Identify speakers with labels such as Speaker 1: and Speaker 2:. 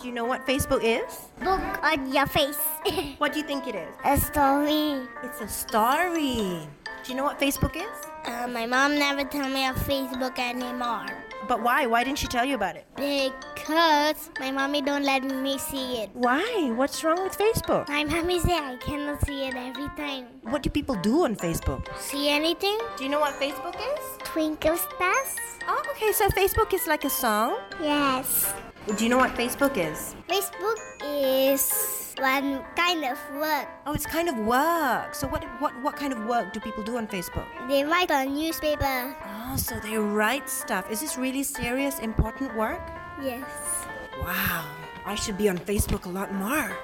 Speaker 1: Do you know what Facebook is?
Speaker 2: Look on your face.
Speaker 1: What do you think it is?
Speaker 2: a story.
Speaker 1: It's a story. Do you know what Facebook is?
Speaker 2: Uh, my mom never tell me of Facebook anymore
Speaker 1: But why? Why didn't she tell you about it?
Speaker 2: because my mommy don't let me see it.
Speaker 1: Why? What's wrong with Facebook?
Speaker 2: My mommy say I cannot see it every time.
Speaker 1: What do people do on Facebook?
Speaker 2: See anything?
Speaker 1: Do you know what Facebook is?
Speaker 2: Twinkle stars?
Speaker 1: Oh, okay, so Facebook is like a song.
Speaker 2: Yes.
Speaker 1: Do you know what Facebook is?
Speaker 2: Facebook is one kind of work.
Speaker 1: Oh, it's kind of work. So what what what kind of work do people do on Facebook?
Speaker 2: They write on newspaper.
Speaker 1: Oh, so they write stuff. Is this really serious important work?
Speaker 2: Yes.
Speaker 1: Wow. I should be on Facebook a lot more.